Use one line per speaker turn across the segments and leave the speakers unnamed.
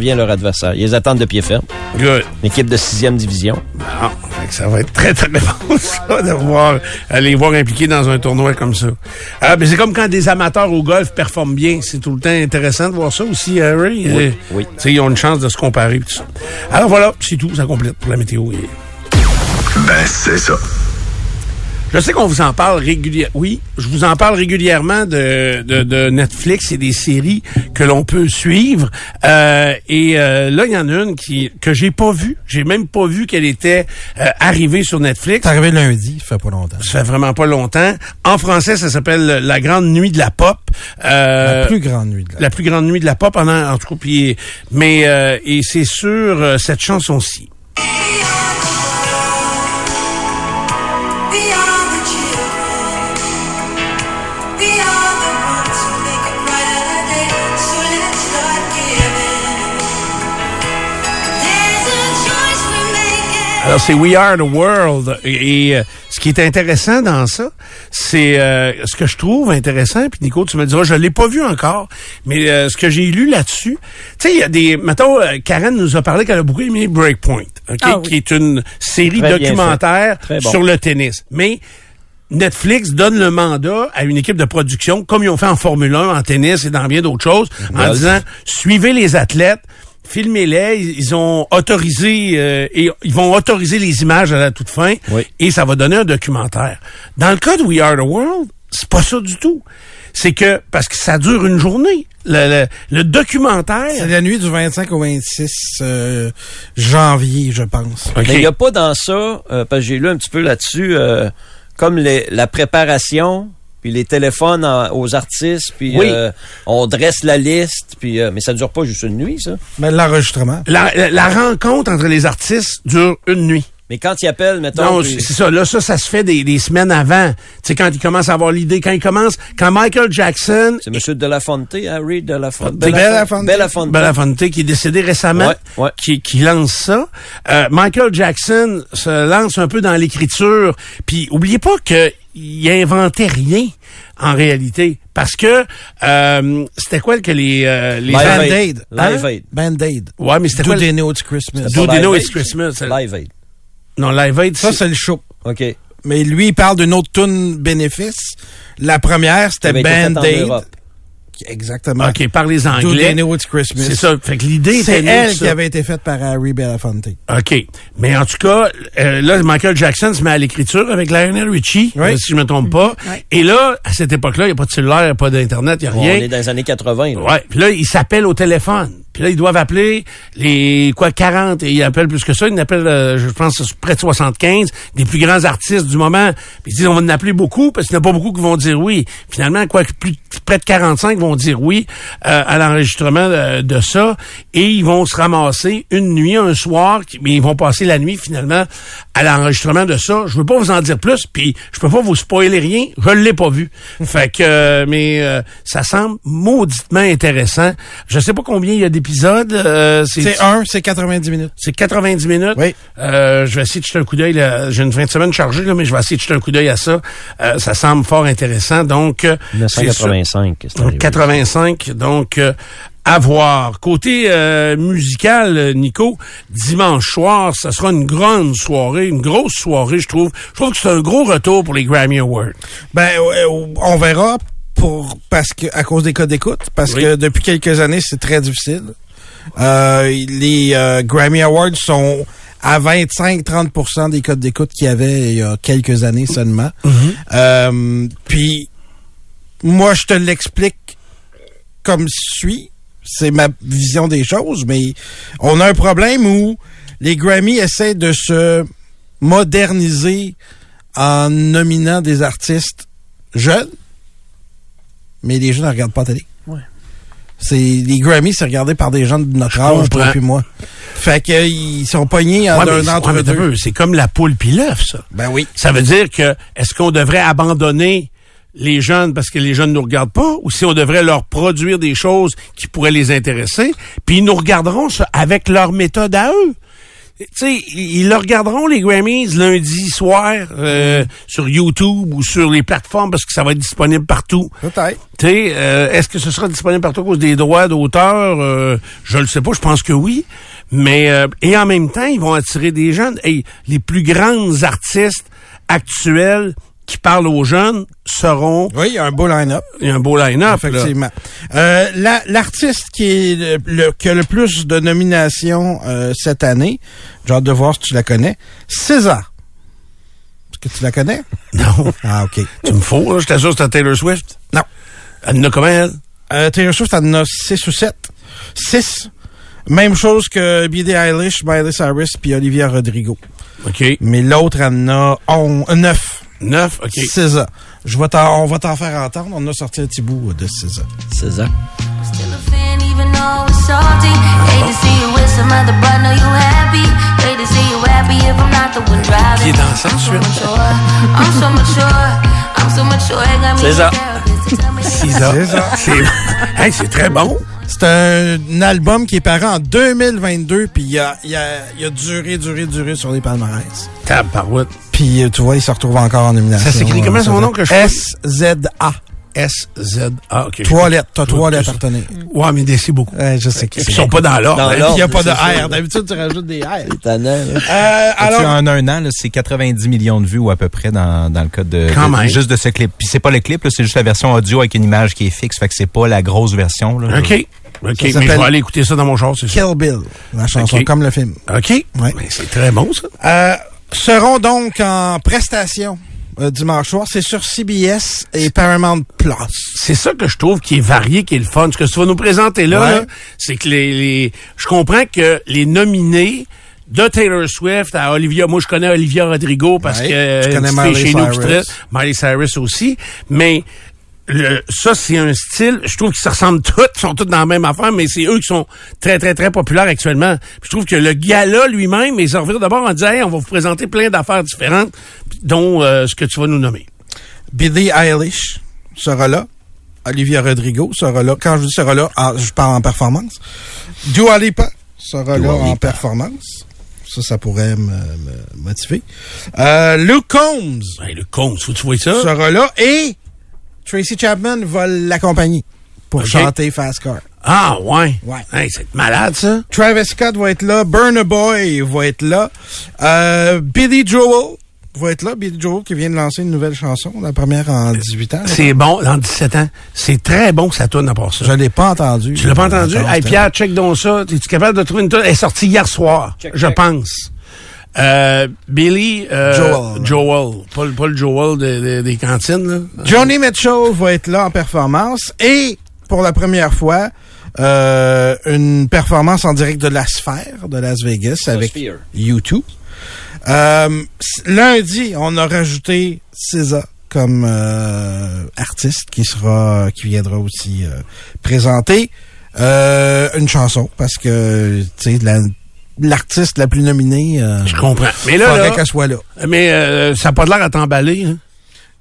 Vient leur adversaire. Ils les attendent de pied ferme.
Good.
L'équipe de 6e division.
Bon, fait que ça va être très, très bon, ça, de voir, euh, les voir impliqués dans un tournoi comme ça. Euh, mais c'est comme quand des amateurs au golf performent bien. C'est tout le temps intéressant de voir ça aussi, Harry.
Oui,
Euh,
oui.
tu sais, Ils ont une chance de se comparer. pis tout ça. Alors voilà, c'est tout. Ça complète pour la météo. Et
Ben, c'est ça.
Je sais qu'on vous en parle régulièrement. Oui, je vous en parle régulièrement de, de, de Netflix et des séries que l'on peut suivre. Euh, et euh, là, il y en a une qui que j'ai pas vue. J'ai même pas vu qu'elle était euh, arrivée sur Netflix.
C'est arrivé lundi, ça fait pas longtemps.
Ça fait vraiment pas longtemps. En français, ça s'appelle La Grande Nuit de la Pop. Euh,
la plus grande nuit de la
la plus grande nuit de la pop en, en tout cas. puis- mais euh, et c'est sur euh, cette chanson-ci.
We are the children. We are the ones who make a brighter day. So let's start giving. There's a choice we make.
Alors c'est We Are the World et, et, euh, ce qui est intéressant dans ça, c'est euh, ce que je trouve intéressant. Puis Nico, tu me diras, je l'ai pas vu encore, mais euh, ce que j'ai lu là-dessus, tu sais, il y a des, mettons, euh, Karen nous a parlé qu'elle a beaucoup aimé Breakpoint, ok,
Ah oui.
qui est une série
Très bien
documentaire
fait. Très bon.
sur le tennis, mais Netflix donne le mandat à une équipe de production, comme ils ont fait en Formule 1, en tennis et dans bien d'autres choses, en
Voilà.
disant suivez les athlètes, filmez-les, ils ils ont autorisé euh, et ils vont autoriser les images à la toute fin
Oui.
et ça va donner un documentaire. Dans le cas de We Are the World, c'est pas ça du tout. C'est que parce que ça dure une journée, le, le- le
C'est
documentaire.
la nuit du 25 au 26 euh, janvier, je pense.
Ok.
Mais il n'y a pas dans ça, euh, parce que j'ai lu un petit peu là-dessus, euh, comme les- la préparation, puis les téléphones en- aux artistes, puis
Oui.
euh, on dresse la liste, puis euh, mais ça dure pas juste une nuit, ça.
Mais l'enregistrement.
La- la- la rencontre entre les artistes dure une nuit.
Mais quand ils appellent, mettons...
Non,
puis-
c'est c'est ça. Là, ça, ça se fait des, des semaines avant. Tu sais, quand ils commencent à avoir l'idée, quand ils commencent, quand Michael Jackson,
C'est Monsieur Delafonte, Harry Delafonte.
Belafonte.
Ben,
Belafonte.
Belafonte, qui est décédé récemment,
Ouais, ouais.
Qui, qui lance ça. Euh, Michael Jackson se lance un peu dans l'écriture. Puis, oubliez pas que il inventait rien en réalité, parce que euh, c'était quoi que les euh,
Live
les Band-
Aid.
Band-Aid.
Live
Hein?
Aid.
Band-Aid.
Ouais, mais c'était
Do
quoi le-
They Know It's Christmas.
Do
Pas
They
Live
Know
Aid.
It's Christmas, c'est-
Live Aid.
non Live Aid.
Ça, c'est le show.
Eh,
OK.
Mais lui, il parle d'une autre tune bénéfice. La première, c'était
Avait été faite Eh ben, en
Band-Aid.
Europe.
Exactement.
ok par les
Do They
Anglais.
Know It's Christmas.
C'est ça. Fait que l'idée
C'est
était nulle,
elle
ça.
qui avait été faite par Harry Belafonte.
OK. Mais en tout cas, euh, là, Michael Jackson se met à l'écriture avec Lionel Richie,
Oui.
euh, si je me trompe pas.
Oui.
Et là, à cette époque-là, il n'y a pas de cellulaire, il n'y a pas d'Internet, il n'y a
On
rien.
est dans les années 80. là.
Ouais. Puis là, ils s'appellent au téléphone. Puis là, ils doivent appeler les, quoi, 40. Et ils appellent plus que ça. Ils appellent, euh, je pense, près de 75, des plus grands artistes du moment. Puis ils disent, on va en appeler beaucoup parce qu'il n'y en a pas beaucoup qui vont dire oui. Finalement, quoi, que plus, près de 45 vont dire oui euh, à l'enregistrement euh, de ça. Et ils vont se ramasser une nuit, un soir, qui- mais ils vont passer la nuit, finalement, à l'enregistrement de ça. Je veux pas vous en dire plus, puis je peux pas vous spoiler rien. Je l'ai pas vu. Fait que, euh, mais euh, ça semble mauditement intéressant. Je sais pas combien il y a d'épisodes. euh,
C'est un, c'est 90 minutes.
c'est 90 minutes.
Oui.
Euh, je vais essayer de jeter un coup d'œil. là. J'ai une fin de semaine chargée, là, mais je vais essayer de jeter un coup d'œil à ça. Euh, ça semble fort intéressant. Donc, euh, c'est sur-
1985. c'est arrivé.
85, donc euh, à voir. Côté euh, musical, euh, Nico, dimanche soir, ça sera une grande soirée, une grosse soirée, je trouve. Je trouve que c'est un gros retour pour les Grammy Awards.
Ben, euh, on verra pour parce que à cause des codes d'écoute, parce
Oui.
que depuis quelques années, c'est très difficile. Euh, les euh, Grammy Awards sont à 25-30% des codes d'écoute qu'il y avait il y a quelques années seulement. Euh, Puis, moi, je te l'explique comme suit. C'est ma vision des choses, mais on a un problème où les Grammy essaient de se moderniser en nominant des artistes jeunes, mais les jeunes ne regardent pas la télé. C'est les Grammys, c'est regardé par des gens de notre âge,
comprends.
toi puis moi. Fait que euh, ils sont pognés en
Ouais, mais-
un
Ah ouais,
entre
mais t'as
deux.
peu, C'est comme la poule puis l'œuf, ça.
Ben oui.
Ça veut dire que est-ce qu'on devrait abandonner les jeunes parce que les jeunes nous regardent pas ou si on devrait leur produire des choses qui pourraient les intéresser, puis ils nous regarderont ça avec leur méthode à eux. Tu sais, ils ils le regarderont les Grammys lundi soir euh, sur YouTube ou sur les plateformes parce que ça va être disponible partout.
Peut-être.
Tu sais, euh, est-ce que ce sera disponible partout à cause des droits d'auteur? Euh, je le sais pas, je pense que oui. Mais euh, et en même temps, ils vont attirer des jeunes. Et les plus grandes artistes actuelles qui parlent aux jeunes seront
Oui, il y a un beau line-up.
il y a un beau line-up. là.
Effectivement. Euh, la- L'artiste qui est le, le- qui a le plus de nominations euh, cette année, j'ai hâte de voir si tu la connais, César. Est-ce que tu la connais?
Non.
Ah, OK.
tu me fous, là. J'étais sûr que c'était Taylor Swift.
Non.
Elle en a comment, elle?
Euh, Taylor Swift en a 6 ou 7. 6. Même chose que Billie Eilish, Miley Cyrus puis Olivia Rodrigo.
OK.
Mais l'autre en a 9.
Neuf, OK.
César. Je vais t'en- on va t'en faire entendre. On a sorti un petit bout de César.
César.
Still a fan, even though it's salty. Hate to see you with some other, but know you happy. Hate to see you happy if I'm not the one driving.
Pied dans ça,
I'm so
ensuite.
mature. I'm so mature. I'm so mature. It got me
C'est ça.
a therapist to tell me that I'm
César.
C'est Hey, c'est très bon.
C'est un album qui est paru en 2022, puis il a, il a- il a duré, duré, duré sur les palmarès.
Tab parouette.
Puis euh, tu vois, il se retrouve encore en nomination.
Ça s'écrit
euh,
comment, son
ça
nom, que je-
S-Z-A.
S-Z-A, OK.
Trois Euh, lettres. T'as trois lettres à retenir.
Ouais, mais c'est beaucoup.
Ouais, je sais qui
Puis
c'est.
Ils sont pas dans l'ordre.
Dans
hein.
l'ordre.
Il n'y a pas de
C'est ça.
R. D'habitude, tu rajoutes des R.
Étonnant, là.
Euh,
Alors,
alors,
en un an, là, c'est 90 millions de vues ou à peu près dans, dans le cas de,
Quand
de-
même.
juste de ce clip. Puis c'est pas le clip, là, c'est juste la version audio avec une image qui est fixe, fait que c'est pas la grosse version. Là,
OK. OK, mais je
s'appelle-
vais aller écouter ça dans mon char, c'est sûr.
Kill Bill, la chanson,
Ok.
comme le film.
OK.
Ouais.
Mais c'est très bon, ça.
Euh, seront donc en prestation euh, dimanche soir. C'est sur CBS et Paramount Plus.
C'est ça que je trouve qui est varié, qui est le fun. Ce que tu vas nous présenter là,
Ouais.
là, c'est que les, les- Je comprends que les nominés de Taylor Swift à Olivia... Moi, je connais Olivia Rodrigo parce
Ouais.
que...
Je
euh,
connais
une
Miley
petite fille chez nous qui
Cyrus.
traite. Miley Cyrus aussi. Mais... Le, ça, c'est un style, je trouve qu'ils se ressemblent tous, ils sont tous dans la même affaire, mais c'est eux qui sont très, très, très populaires actuellement. Puis je trouve que le gala lui-même, ils en reviennent d'abord en disant, Hey, on va vous présenter plein d'affaires différentes, dont euh, ce que tu vas nous nommer.
Billie Eilish sera là. Olivia Rodrigo sera là. Quand je dis sera là, en- je parle en performance. Dua Lipa sera là en performance. Ça, ça pourrait me, me motiver. Euh, Luke Combs
Hey, le con, faut que tu vois ça.
sera là et Tracy Chapman va l'accompagner pour
Ok.
chanter Fast Car.
Ah, ouais.
Ouais.
Hey, c'est malade, ça.
Travis Scott va être là. Burna Boy va être là. Euh, Billy Joel va être là. Billy Joel qui vient de lancer une nouvelle chanson, la première en 18 ans.
C'est bon, dans 17 ans. C'est très bon que ça tourne à part ça.
Je l'ai pas entendu.
Tu l'as pas entendu? Euh,
Encore,
Hey,
c'était-
Pierre, check donc ça. Es-tu capable de trouver une tonne? Elle est sortie hier soir, je pense. Euh, Billy... euh,
Joel.
Joel. Pas, le- pas le Joel de- de- des cantines, là.
Johnny Mitchell va être là en performance et pour la première fois euh, une performance en direct de la sphère de Las Vegas avec
Sphere.
U2. Euh, s- lundi, on a rajouté SZA comme euh, artiste qui sera qui viendra aussi euh, présenter euh, une chanson parce que tu sais la- l'artiste la, plus nominée euh,
Je comprends. Mais là,
faudrait
là,
qu'elle soit là.
mais euh, ça n'a pas l'air à t'emballer. Hein.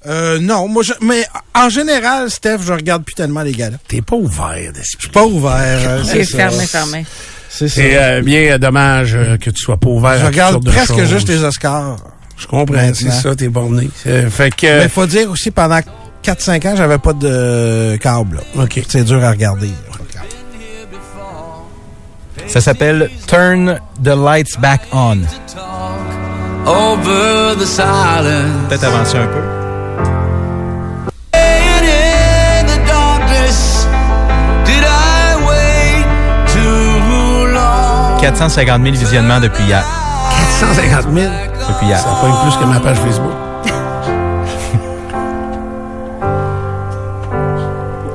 Euh, non, moi je, mais en général, Steph, je regarde plus tellement les gars.
T'es pas ouvert d'esprit.
pas ouvert. euh,
C'est
ça.
fermé, fermé.
C'est ça.
C'est euh, bien euh, dommage euh, que tu sois pas ouvert
Je
à toutes sortes
regarde
de
presque
choses.
juste les Oscars.
Je comprends, c'est
Maintenant.
ça, t'es borné. Euh, fait que...
Mais faut dire aussi, pendant 4-5 ans, j'avais pas de euh, câble. là.
OK.
C'est dur à regarder. là.
Ça s'appelle Turn the Lights Back On.
over the silence.
Peut-être avancer un peu.
And in the darkness, did I wait too long?
450 000 visionnements depuis hier.
450 000.
Depuis hier.
Ça pogne plus que ma page Facebook.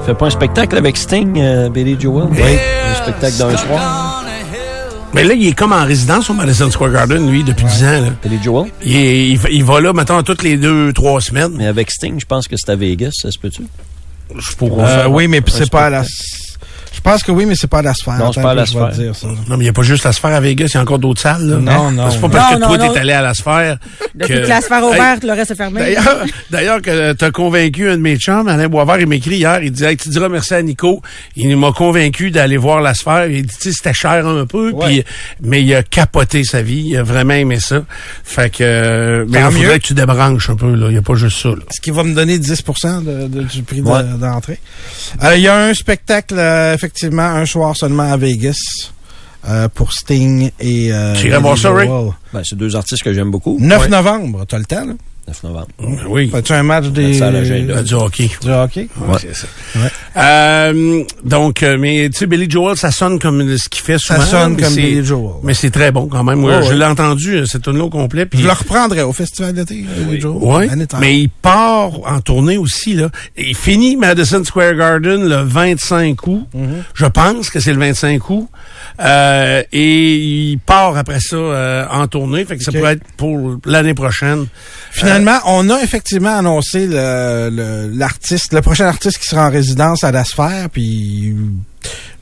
Fait pas un spectacle avec Sting, euh, Billy Joel? Oui. Un spectacle d'un soir.
On a hill.
Mais là, il est comme en résidence au Madison Square Garden, lui, depuis 10 ans. Là.
Billy Joel?
Il, est- il, va- il va là, maintenant toutes les deux, trois semaines.
Mais avec Sting, je pense que c'est à Vegas, ça se peut-tu?
Je pourrais.
Euh,
faire
oui,
un-
mais
un
c'est pas à la.
spectacle.
Je pense que oui, mais c'est pas à la sphère.
Non,
Attends
c'est pas à
un peu,
la
je vais te
sphère.
dire ça.
Non, mais il n'y a pas juste la sphère à Vegas, il y a encore d'autres salles. Là.
Non, non,
C'est pas
non.
parce que
Non,
toi,
non,
t'es
non.
allé à la sphère.
Depuis que la sphère
Hey,
ouverte, le reste est fermé.
D'ailleurs, d'ailleurs que t'as convaincu un de mes chums, Alain Boisvert, il m'écrit hier, il dit hey, tu diras merci à Nico. Il m'a convaincu d'aller voir la sphère. Il dit tu sais, c'était cher un peu, puis mais il a capoté sa vie, il a vraiment aimé ça. Fait que euh, mais
Tant
il faudrait
mieux.
que tu débranches un peu là, il y a pas juste ça. là.
Ce qui va me donner 10 de- de- du prix de-
Ouais.
d'entrée. Euh, Il y a un spectacle, euh, effectivement, un soir seulement à Vegas euh, pour Sting et... Euh,
Tu irais voir ça, Ray?
Lily Wall.
Ben, c'est deux artistes que j'aime beaucoup.
9
Ouais.
novembre, t'as le temps, là?
9 novembre.
Oui.
Fais-tu un match des...
ça à l'agenda.
Du hockey.
Du hockey?
Ouais, c'est ça. Euh, donc, euh, mais tu sais, Billy Joel, ça sonne comme ce qu'il fait souvent.
Ça sonne
mais
comme
c'est-
Billy Joel.
Mais c'est très bon quand même. Moi,
Ouais,
Je
ouais.
l'ai entendu, euh, cette tune-là au complet. puis-
Je le reprendrai au festival d'été, euh, Lily Joel.
Ouais,
Anytime.
mais il part en tournée aussi là. Et Il finit Madison Square Garden le 25 août. Je pense que c'est le 25 août. Euh, et il part après ça euh, en tournée. Fait que ça
Ok.
pourrait être pour l'année prochaine.
Finalement, on a effectivement annoncé le- le- l'artiste, le, prochain artiste qui sera en résidence à la sphère, puis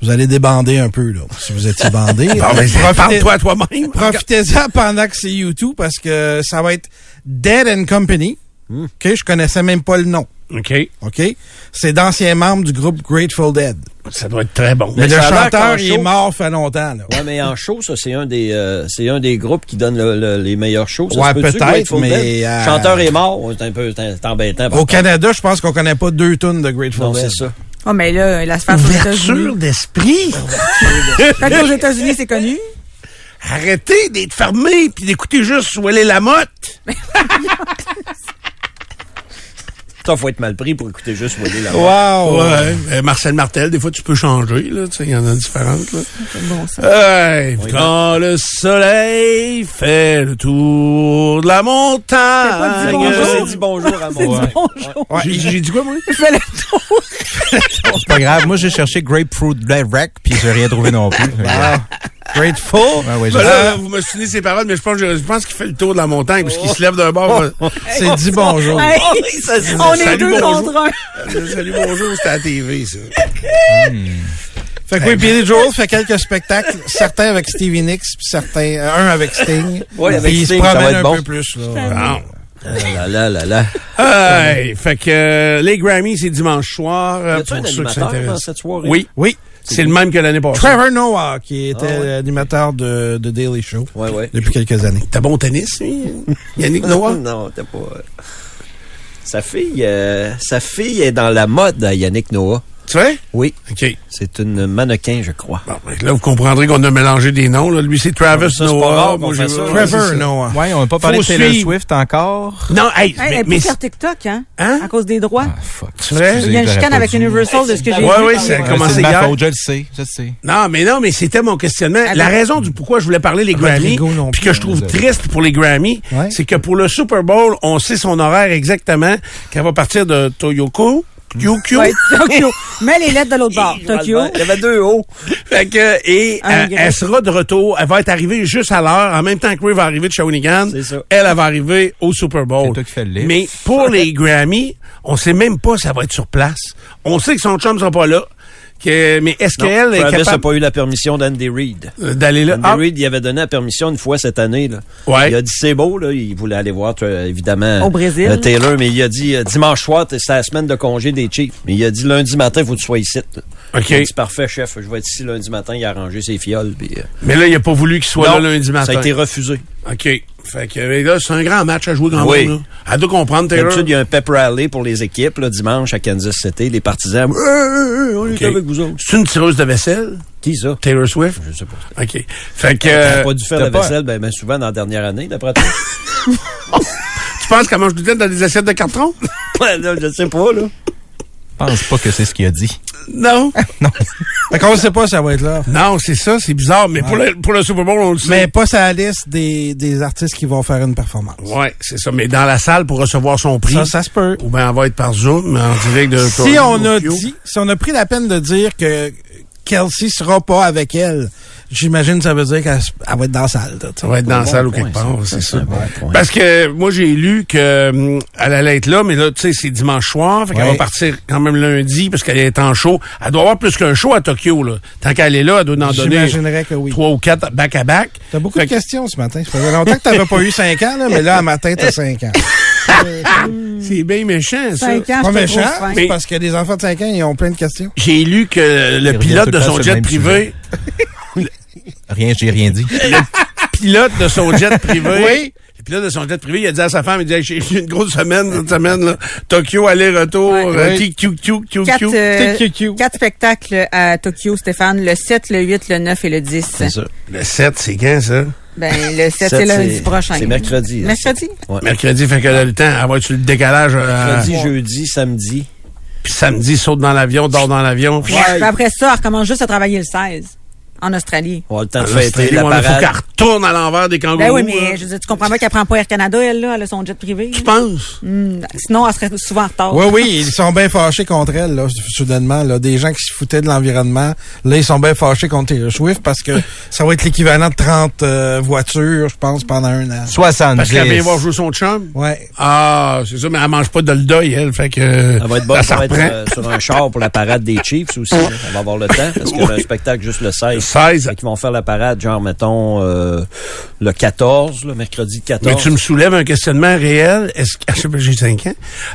vous allez débander un peu, là, si vous étiez bandé.
Ah, mais
Profitez-
Parle-toi à toi-même.
Profitez-en pendant que c'est YouTube parce que ça va être Dead and Company.
Hmm.
OK, je connaissais même pas le nom.
OK.
OK? C'est d'anciens membres du groupe Grateful Dead.
Ça doit être très bon.
Mais
ça
le
a l'air
chanteur,
qu'en
il est
show-
mort fait longtemps, là.
Ouais, mais en show, ça, c'est un des euh, c'est un des groupes qui donne le- le- les meilleurs shows. Ça
Ouais,
se peut-tu,
peut-être,
Grateful
mais,
Dead?
euh,
Chanteur est mort. Ouais, C'est un peu c'est embêtant. par
Au
contre.
Canada, je pense qu'on connaît pas deux tonnes de Grateful
Non,
Dead.
c'est ça.
Oh, mais là, la sphère aux
Ouverture
États-Unis.
d'esprit.
Peut-être qu'aux États-Unis, c'est connu.
Arrêtez d'être fermé puis d'écouter juste où elle est la motte.
Ça, faut être mal pris pour écouter juste Willy là
Wow!
Ouais, euh, Marcel Martel, des fois tu peux changer là, tu sais, il y en a différentes là.
Bon, ça.
Hey, quand le soleil fait le tour de la
pas
montagne.
dit bonjour.
C'est dit bonjour à moi. Ouais.
Bonjour.
Ouais,
J'ai- J'ai dit quoi, moi?
Fais le tour.
C'est pas grave. Moi, j'ai cherché Grapefruit Direct, puis j'ai rien trouvé non plus.
Grateful.
Ouais, ouais, j'ai-
Ben là, vous me souvenez ces paroles, mais je pense, je, je pense qu'il fait le tour de la montagne, puisqu'il se lève d'un bord.
Oh.
va-
C'est dit bonjour.
Hey, on est
Salut,
deux
bonjour.
contre un.
Euh, Salut, bonjour, c'était à la TV, ça.
Fait que oui, Billy Joel fait quelques spectacles, certains avec Stevie Nicks, puis certains, euh, un avec Sting.
Ouais, avec
Puis il se
Sting, ça va
promène
être
un
bon.
peu plus, là.
Bon.
Ah là là là.
Hey, fait que euh, les Grammys, c'est dimanche soir. euh,
Y a-tu
pour
un
ceux qui
animateur dans
s'intéressent.
cette soirée?
Oui,
Oui.
c'est le même que l'année passée.
Trevor Noah, qui était
Ah ouais.
l'animateur de, de Daily Show
Ouais, ouais.
depuis quelques années.
T'as bon au tennis, lui? Yannick Noah?
Non, t'as pas. euh, Sa fille, euh, sa fille est dans la mode, à Yannick Noah.
Tu vois?
Oui,
OK.
c'est une mannequin, je crois.
Bon, ben, là, vous comprendrez qu'on a mélangé des noms. Là. Lui, c'est Travis
Ça, c'est pas
Noah.
rare
Moi,
qu'on
j'ai
fait ça.
Ouais,
Trevor
c'est ça.
Noah.
Ouais, on n'a pas parlé
Faut
de Taylor
suivre.
Swift encore.
Non, hey,
Hey,
mais,
elle
mais
peut faire TikTok, hein?
Hein?
À cause des droits.
Ah, fuck.
vrai?
Excusez,
Il y a une
j'aurais
chicane
pas
avec
dû.
Universal de ce que j'ai
Ouais,
vu.
ouais, c'est-
Ah,
Ouais,
Comment
Euh, c'est de
hier?
ma faute, je le sais, je le sais.
Non, mais non, mais c'était mon questionnement. La
Attends.
raison du pourquoi je voulais parler des Grammys,
Rodrigo non
puis
plus,
que je trouve
hein,
triste pour les Grammys,
Ouais.
c'est que pour le Super Bowl, on sait son horaire exactement, qu'elle va partir de Toyoko, Kyokyo.
Ouais, Tokyo. Mets les lettres de l'autre bord. Tokyo.
Il y avait deux hauts.
Fait que, et
Un
euh,
grec.
elle sera de retour. Elle va être arrivée juste à l'heure, en même temps que Ray va arriver de Shawinigan.
C'est ça.
Elle, elle va arriver au Super Bowl.
C'est toi qui fais le livre.
Mais pour les Grammys, on sait même pas si elle va être sur place. On sait que son chum sera pas là. Que, mais est-ce qu'elle est
Travis n'a
capable
pas eu la permission d'Andy Reid.
euh, d'aller là?
Andy
Ah,
Reid, il avait donné la permission une fois cette année. Là.
Ouais.
Il a dit c'est beau, là, il voulait aller voir euh, évidemment
Au Brésil.
euh, Taylor, mais il a dit euh, dimanche soir, t'es- c'est la semaine de congé des Chiefs. Mais il a dit lundi matin, faut que tu sois ici. là.
OK.
Il a dit parfait, chef, je vais être ici lundi matin, il a arrangé ses fioles. Puis, euh,
mais là, il a pas voulu qu'il soit
non,
là lundi matin.
Ça a été refusé.
OK. Fait que euh, là, c'est un grand match à jouer quand
Oui.
même. là. Elle doit comprendre, Taylor.
D'habitude, il y a un pep rally pour les équipes là, dimanche à Kansas City. Les partisans, Euh, euh, euh, on
OK.
est avec vous autres.
C'est une tireuse de vaisselle,
Qui ça?
Taylor Swift?
Je sais pas.
OK. Fait que...
Elle
euh,
a pas dû faire la
t'as pas-
vaisselle ben, ben, souvent dans la dernière année, d'après toi.
tu penses qu'elle mange du thé dans des assiettes de carton?
Ouais, là, je sais pas, là.
Je pense pas que c'est ce qu'il a dit.
non.
Fait qu'on sait pas si ça va être là.
Non, c'est ça, c'est bizarre. Mais pour, le, pour le Super Bowl, on le sait.
Mais pas sa liste des, des artistes qui vont faire une performance.
Ouais, c'est ça. Mais dans la salle pour recevoir son prix.
Ça, ça se peut.
Ou Euh, bien elle va être par Zoom, en direct de
Si on a dit, si on a pris la peine de dire que Kelsey sera pas avec elle, j'imagine que ça veut dire qu'elle s- elle va être dans la salle. là, tu sais.
Ça va être dans la salle ou quelque part, c'est ça. Parce que moi, j'ai lu que hum, elle allait être là, mais là, tu sais, c'est dimanche soir, fait qu'elle
Ouais.
va partir quand même lundi, parce qu'elle est en show. Elle doit avoir plus qu'un show à Tokyo, là. Tant qu'elle est là, elle doit en donner
J'imaginerais que oui.
trois ou quatre back-à-back.
T'as beaucoup de questions ce matin. Ça faisait longtemps que t'avais pas eu 5 ans, là, mais là, à matin, t'as 5 ans.
C'est bien méchant, ça.
C'est pas méchant, c'est
Mais
parce que les enfants de 5 ans, ils ont plein de questions.
j'ai lu que le
revient
pilote
tout
de
le temps
son
sur le
jet
même
privé,
Rien, j'ai rien dit.
pilote de son jet privé.
Oui.
Le pilote de son jet privé, il a dit à sa femme, il dit, Hey, j'ai j'ai une grosse semaine, cette semaine, là. Tokyo, aller-retour, euh,
Oui.
tic, tic, tic, tic,
Quatre,
tic.
Tic,
euh,
tic, tic.
quatre spectacles à Tokyo, Stéphane. Le 7, le 8, le 9 et le 10.
C'est ça.
Le 7, c'est quand, ça?
Ben, le 7,
Sept,
c'est lundi
c'est-
prochain.
c'est mercredi, là,
Mercredi?
Ouais.
Mercredi, fait qu'elle a le temps. Elle va être sur le décalage. euh,
Mercredi, jeudi, samedi.
Puis samedi, saute dans l'avion, dort dans l'avion.
Ouais. Puis après ça, on recommence juste à travailler le 16 en Australie.
On va le temps de
Là, c'est
fêter
très
la
loin, mais faut qu'elle
parade.
retourne à l'envers des kangourous.
Ben oui, mais
là.
je veux dire, tu comprends pas qu'elle prend pas Air Canada, elle, là, elle a son jet privé.
Tu penses?
Hmm, Sinon, elle serait souvent en retard.
Oui, oui, ils sont bien fâchés contre elle, là, soudainement. Là. Des gens qui se foutaient de l'environnement, là, ils sont bien fâchés contre Taylor Swift parce que ça va être l'équivalent de 30 euh, voitures, je pense, pendant un an.
70.
Parce qu'elle vient voir jouer son chum.
Ouais.
Ah, c'est ça, mais elle mange pas de le deuil, elle. Fait que.
Elle va être bonne
ça, ça
pour être
reprend.
euh, sur un char pour la parade des Chiefs aussi. là. Elle va avoir le temps parce qu'il y a un spectacle juste le 16.
Le 16.
Fait qu'ils vont faire la parade, genre, mettons, euh, le 14, le mercredi 14.
Mais tu me soulèves un questionnement réel. Est-ce que, je sais pas, j'ai 5 ans.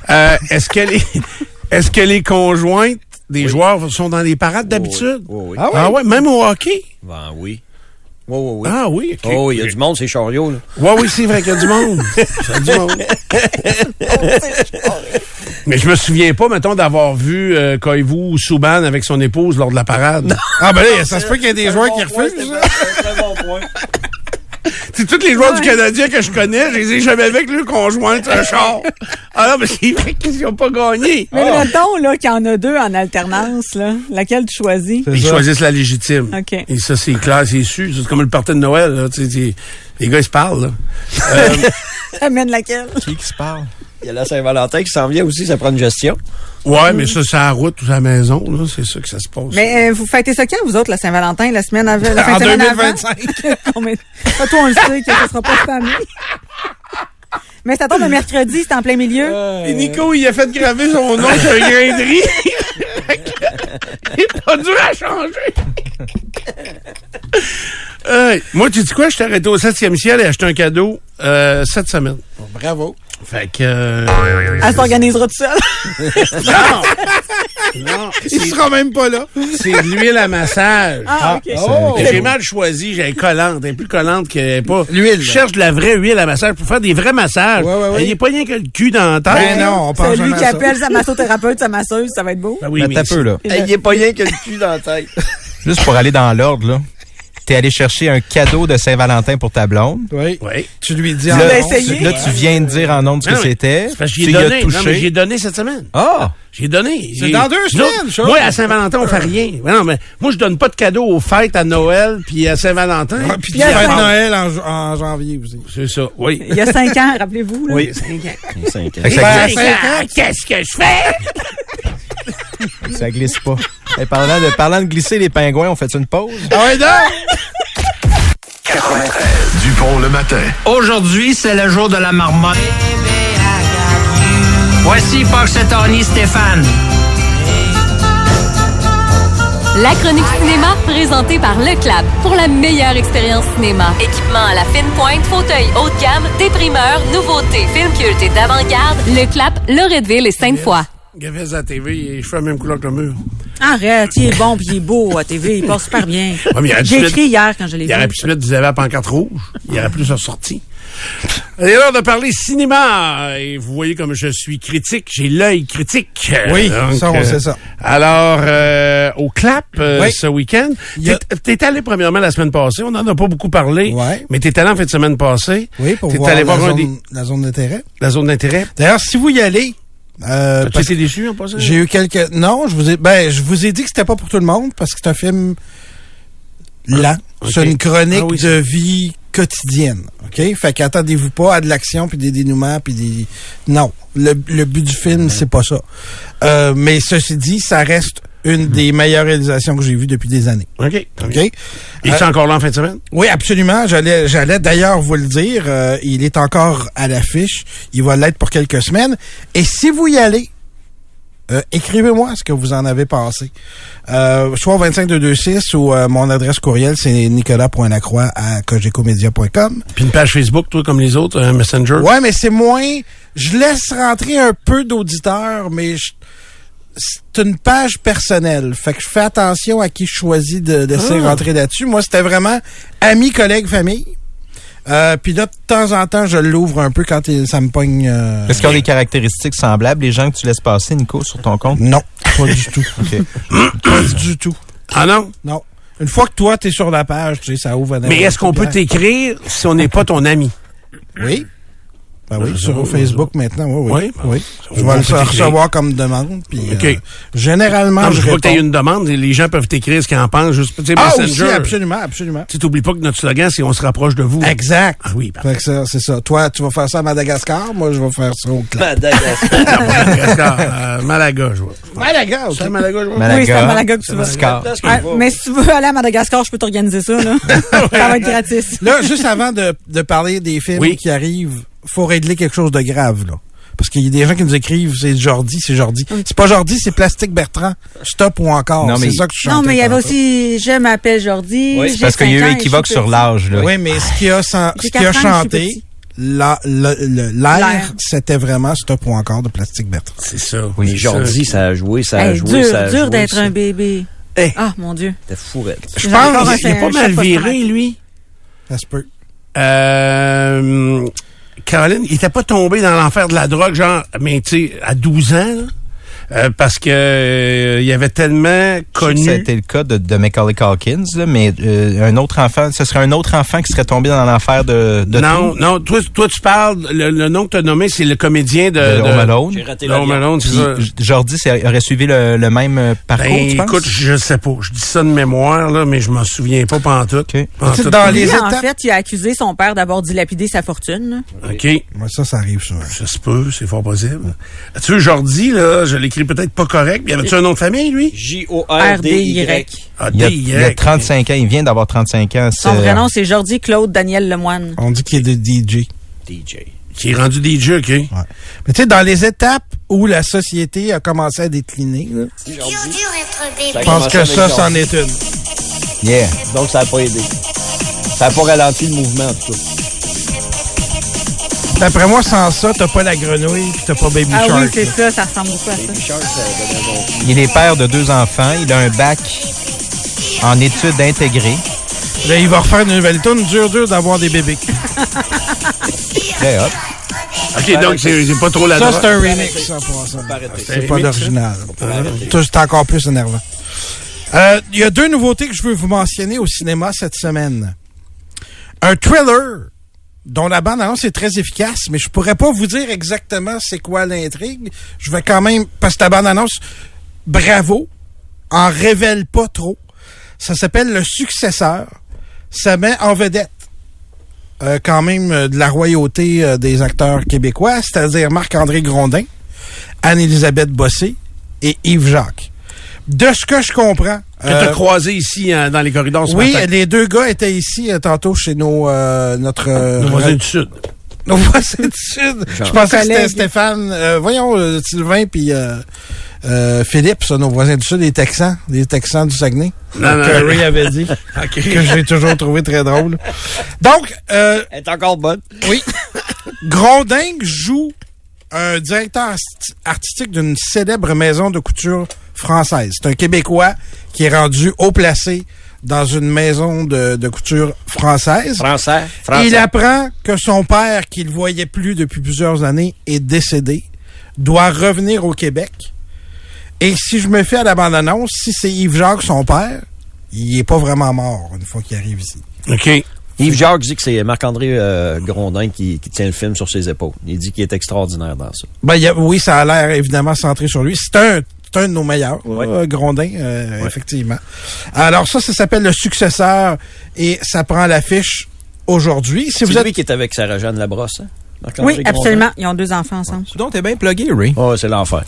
Euh, est-ce que les, est-ce que les conjointes des joueurs sont dans les parades d'habitude?
oui, oui.
Ah, ouais. même au hockey?
Ben oui. Oui, oui, oui.
Ah oui, ok.
Oh, il y a du monde, c'est chariot, là.
Ouais, oui, c'est vrai qu'il y a du monde. Il y a du monde. Mais je me souviens pas, mettons, d'avoir vu euh, Koivu ou Souban avec son épouse lors de la parade.
Ah, ben là, ça se peut qu'il y ait des joueurs qui refusent. là.
C'est bon point.
C'est tous les joueurs du Canadien que je connais, je les ai jamais avec le conjoint de char. Ah non, mais c'est vrai qu'ils n'ont pas gagné.
Mais mettons, là, qu'il y en a deux en alternance, là. Laquelle tu choisis?
Ils
ça.
choisissent la légitime.
OK.
Et ça, c'est clair, c'est sûr. C'est comme le party de Noël. Là. Tu sais, tu- les gars, ils se parlent. là.
T'amènes laquelle?
qui se parle?
Il y a la Saint-Valentin qui s'en vient aussi, ça prend une gestion.
Ouais, mais ça, c'est à la route ou à la maison. là. C'est ça que ça se passe.
Mais euh, vous fêtez ça quand, vous autres, la Saint-Valentin, la semaine avant, la fin
En
de semaine
2025.
avant? non, mais pas toi, on le sait que ça sera pas cette année. Mais ça tombe le mercredi, c'est en plein milieu.
Et Nico, il a fait graver son nom sur un grain de riz. Fait que, il est pas dur à changer. Euh, moi, tu dis quoi? Je t'ai arrêté au 7e ciel et acheté un cadeau euh, cette semaine.
Bravo.
Fait que... euh,
Elle s'organisera toute seule.
non! Non,
Il
c'est-
sera même pas là.
c'est de l'huile à massage.
Ah, ok.
Oh!
J'ai mal choisi, j'ai collante, elle est plus collante que pas.
L'huile.
Je cherche de la vraie huile à massage pour faire des vrais massages.
Ouais, ouais, ouais.
Il n'y a pas rien que le cul dans la tête.
Ben non, on pense
Celui
jamais
qui
à ça.
appelle sa massothérapeute, sa masseuse, ça va être beau.
Ben oui, mais
Attends un peu, là.
Il n'y a pas rien que le cul dans la tête.
Juste pour aller dans l'ordre, là. T'es allé chercher un cadeau de Saint-Valentin pour ta blonde.
Oui.
Oui.
Tu lui dis en
Là,
l'as
ondes.
essayé?
tu, là, tu viens de dire en ondes ce
Ah
que
oui.
c'était.
C'est parce que
Tu
j'ai
y as
donné. Non,
touché.
mais j'ai donné cette semaine.
Ah!
J'ai donné.
C'est
J'ai-
dans deux
Nous autres,
semaines, ça.
Moi, à Saint-Valentin, on fait rien. Mais Non, mais moi, je donne pas de cadeaux aux fêtes, à Noël, puis à Saint-Valentin.
Ah, Puis tu
Il y a
fêtes
cinq-
Noël Ah. en, ju- en janvier aussi.
C'est ça, oui.
Il y a cinq ans, rappelez-vous. là.
Oui, cinq ans.
Cinq ans.
Fait que ça,
Ben,
glisse,
cinq ans.
Qu'est-ce que je fais?
ça glisse pas. Et Eh, parlant, de, parlant de glisser les pingouins, on fait une pause?
Ah ouais, non?
Dupont le matin.
Aujourd'hui, c'est le jour de la marmotte. Voici Box Tony Stéphane.
La chronique cinéma présentée par Le Clap pour la meilleure expérience cinéma. Équipement à la fine pointe, fauteuil haut de gamme, déprimeur, nouveautés, films cultes et d'avant-garde. Le Clap, Loretteville et Sainte-Foy.
Gavez à la TV, je fais la même couleur que le mur.
Arrête, il est bon puis il est beau à TV, il passe super bien.
Ouais, mais il aurait dû
J'ai
mettre-
écrit hier quand je l'ai
Il aurait
vu.
pu se mettre du zéro à pancarte rouge. Il aurait plus sorti. Il est l'heure de parler cinéma. Et vous voyez comme je suis critique. J'ai l'œil critique. euh,
Oui, ça, on sait ça.
Alors, euh, au clap euh,
Oui.
ce week-end,
Il y a-
t'es- t'es allé premièrement la semaine passée. On n'en a pas beaucoup parlé.
Ouais.
Mais t'es allé en fin de semaine passée.
Oui, pour
T'es
voir,
allé
la,
voir un
zone,
des-
la zone d'intérêt.
la zone d'intérêt.
D'ailleurs, si vous y allez... Euh,
As-tu
parce-
été déçu en passant?
J'ai eu quelques. Non, je vous ai. Ben, je vous ai dit que c'était pas pour tout le monde parce que c'est un film lent.
ok.
C'est une chronique
Ah oui,
de vie quotidienne. Ok, fait qu'attendez-vous pas à de l'action puis des dénouements puis des. Non, le, le but du film c'est pas ça. Euh, mais ceci dit, ça reste une des meilleures réalisations que j'ai vues depuis des années.
Hmm. OK. Euh,
OK.
Il est encore là en fin de semaine?
Oui, absolument. J'allais, j'allais d'ailleurs vous le dire. euh, il est encore à l'affiche. Il va l'être pour quelques semaines. Et si vous y allez, euh, écrivez-moi ce que vous en avez pensé. Euh, soit au 25226 ou euh, mon adresse courriel, c'est nicolas.lacroix à cogecomedia.com.
Puis une page Facebook, toi, comme les autres, euh, Messenger.
Ouais, mais c'est moins. Je laisse rentrer un peu d'auditeurs, mais je- c'est une page personnelle. Fait que je fais attention à qui je choisis de laisser
Ah.
rentrer là-dessus. Moi, c'était vraiment amis, collègues, famille. Euh, Puis là, de temps en temps, je l'ouvre un peu quand il- ça me pogne. euh,
Est-ce qu'ils ont des caractéristiques semblables, les gens que tu laisses passer, Nico, sur ton compte?
Non,
pas du tout.
pas du tout.
Ah non?
Non. Une fois que toi, t'es sur la page, tu sais, ça ouvre à
Mais est-ce qu'on peut
n'importe quel.
t'écrire si on n'est pas ton ami?
Oui. Ben oui,
Je-
sur
je-
Facebook maintenant, oui, oui.
Euh, Oui, ben,
oui.
on
Je
peut
vais le
t'écrire.
recevoir comme demande. Puis,
OK.
euh, généralement,
Non,
je
je veux pas que
réponds.
t'aies une demande. Les gens peuvent t'écrire ce qu'ils en pensent. Juste, tu sais,
Ah,
Messenger.
aussi, absolument, absolument.
Tu t'oublies pas que notre slogan, c'est on se rapproche de vous.
Exact.
Ah oui,
Fait que ça, c'est ça. Toi, tu vas faire ça à Madagascar, moi, je vais faire ça au club.
Madagascar, euh, Malaga, je vois.
Malaga, ok.
C'est à Malaga, je vois.
Malaga.
Oui, c'est à Malaga que tu vas.
Scar.
Ah, mais si tu veux aller à Madagascar, je peux t'organiser ça, là. ça va être gratis.
Là, juste avant de, de parler des films
Oui.
qui arrivent, faut régler quelque chose de grave, là. Parce qu'il y a des gens qui nous écrivent, c'est Jordi, c'est Jordi.
Hum.
C'est pas Jordi, c'est Plastique Bertrand. Stop ou encore.
Non, mais-
C'est ça que tu chantais
Non, mais il y avait
tantôt.
aussi Je m'appelle Jordi.
Oui, c'est
j'ai
Parce qu'il y a
cinq
eu
ans et
équivoque
je suis
sur
petit.
l'âge, là.
Oui, mais ce qui a, san-
J'ai
ce qui a
quatre ans, je suis
chanté,
petit.
la- le- le- l'air,
L'air.
c'était vraiment Stop ou encore de Plastique Bertrand.
C'est ça.
Oui,
c'est
Jordi, ça a joué, ça a
Hey,
joué, ça
dur,
a
dur
joué,
d'être
ça.
un bébé.
Hey.
Ah, mon Dieu.
C'était fourrette.
Eh, Je
J'ai
pense
encore
qu'il est
un-
pas
un
mal
chapeau de
viré,
travail.
lui.
Ça se peut.
Euh, Caroline, il était pas tombé dans l'enfer de la drogue, genre, mais tu sais, à 12 ans, là, euh, parce que euh, il avait tellement
connu.
connu.
C'était le cas de, de Macaulay Calkins, là, mais euh, un autre enfant, ce serait un autre enfant qui serait tombé dans l'enfer de, de
non,
tout.
non, toi, toi tu parles, le, le nom que tu as nommé, c'est le comédien de...
De Home Alone.
J'ai raté
de Home
l'avion.
Alone, c'est
Puis,
ça.
J- Jordi c'est- aurait suivi le, le même euh, parcours,
Ben,
tu penses?
écoute, je sais pas. Je dis ça de mémoire, là, mais je m'en souviens pas pantoute.
Ok.
Pantoute.
Dans les
Lui, en
étapes-
fait, il a accusé son père d'avoir dilapidé sa fortune. là.
OK.
Moi, ça, ça arrive souvent.
Mm.
Ça se peut, c'est fort possible. Tu veux, Jordi, là, je l'écris peut-être pas correct, mais avait-tu un nom de famille, lui?
J-O-R-D-Y.
Ah,
il, a,
D-Y.
il a 35 ans, il vient d'avoir 35 ans.
Son vrai nom, c'est Jordi Claude Daniel Lemoine.
On dit qu'il est de DJ.
DJ.
Qui est rendu DJ, OK?
Ouais. Mais tu sais, dans les étapes où la société a commencé à décliner, là,
Ça a
je pense
commencé
que
avec
ça,
Jordi.
c'en est une.
Yeah.
Donc, ça n'a pas aidé. Ça n'a pas ralenti le mouvement, en tout cas.
D'après moi, sans ça, t'as pas la grenouille pis t'as pas Baby
Ah oui,
Shark.
c'est
là.
ça, ça ressemble beaucoup à ça.
Richard, ça donnait un bon
Il est père de deux enfants, il a un bac en études intégrées.
Là, il va refaire une nouvelle tune dur dur d'avoir des bébés.
Très hop.
OK, donc c'est c'est pas trop la
Ça,
drogue.
c'est un remix, ça, pour ça. C'est hein. pas
remix,
l'original. Tout c'est encore plus énervant. Euh, Il y a deux nouveautés que je veux vous mentionner au cinéma cette semaine. Un thriller dont la bande-annonce est très efficace, mais je pourrais pas vous dire exactement c'est quoi l'intrigue. Je vais quand même, parce que la bande-annonce, bravo, en révèle pas trop. Ça s'appelle Le Successeur. Ça met en vedette euh, quand même euh, de la royauté euh, des acteurs québécois, c'est-à-dire Marc-André Grondin, Anne-Élisabeth Bossé et Yves Jacques. De ce que je comprends...
Que t'as
euh,
croisé ici hein, dans les corridors ce
oui,
matin.
les deux gars étaient ici euh, tantôt chez nos euh, notre euh,
Nos voisins du Sud.
nos voisins du Sud. Je pensais que c'était
Collègues.
Stéphane, euh, voyons euh, Sylvain puis euh, euh, Philippe, ça, nos voisins du Sud, les Texans, les Texans du Saguenay.
Non, non,
que
non.
Ray avait dit, que j'ai toujours trouvé très drôle. Donc, euh,
Elle est encore bonne.
oui. Grondin joue un directeur asti- artistique d'une célèbre maison de couture française. C'est un Québécois qui est rendu haut placé dans une maison de, de couture française.
Français.
Et
Français.
Il apprend que son père, qu'il voyait plus depuis plusieurs années, est décédé, doit revenir au Québec. Et si je me fais à la bande-annonce, si c'est Yves Jacques, son père, il est pas vraiment mort une fois qu'il arrive ici.
OK.
Yves Jacques dit que c'est Marc-André euh, Grondin qui, qui tient le film sur ses épaules. Il dit qu'il est extraordinaire dans ça.
Ben, il y a- oui, ça a l'air évidemment centré sur lui. C'est un, c'est un de nos meilleurs,
Ouais.
euh, Grondin, euh, effectivement. Alors ça, ça s'appelle le successeur et ça prend l'affiche aujourd'hui. Si vous
c'est
êtes
lui qui est avec Sarah-Jeanne Labrosse, hein? Marc-André
Oui,
Grondin.
absolument. Ils ont deux enfants ensemble.
Donc, t'es bien plugué, Ray.
Oh, c'est l'enfer.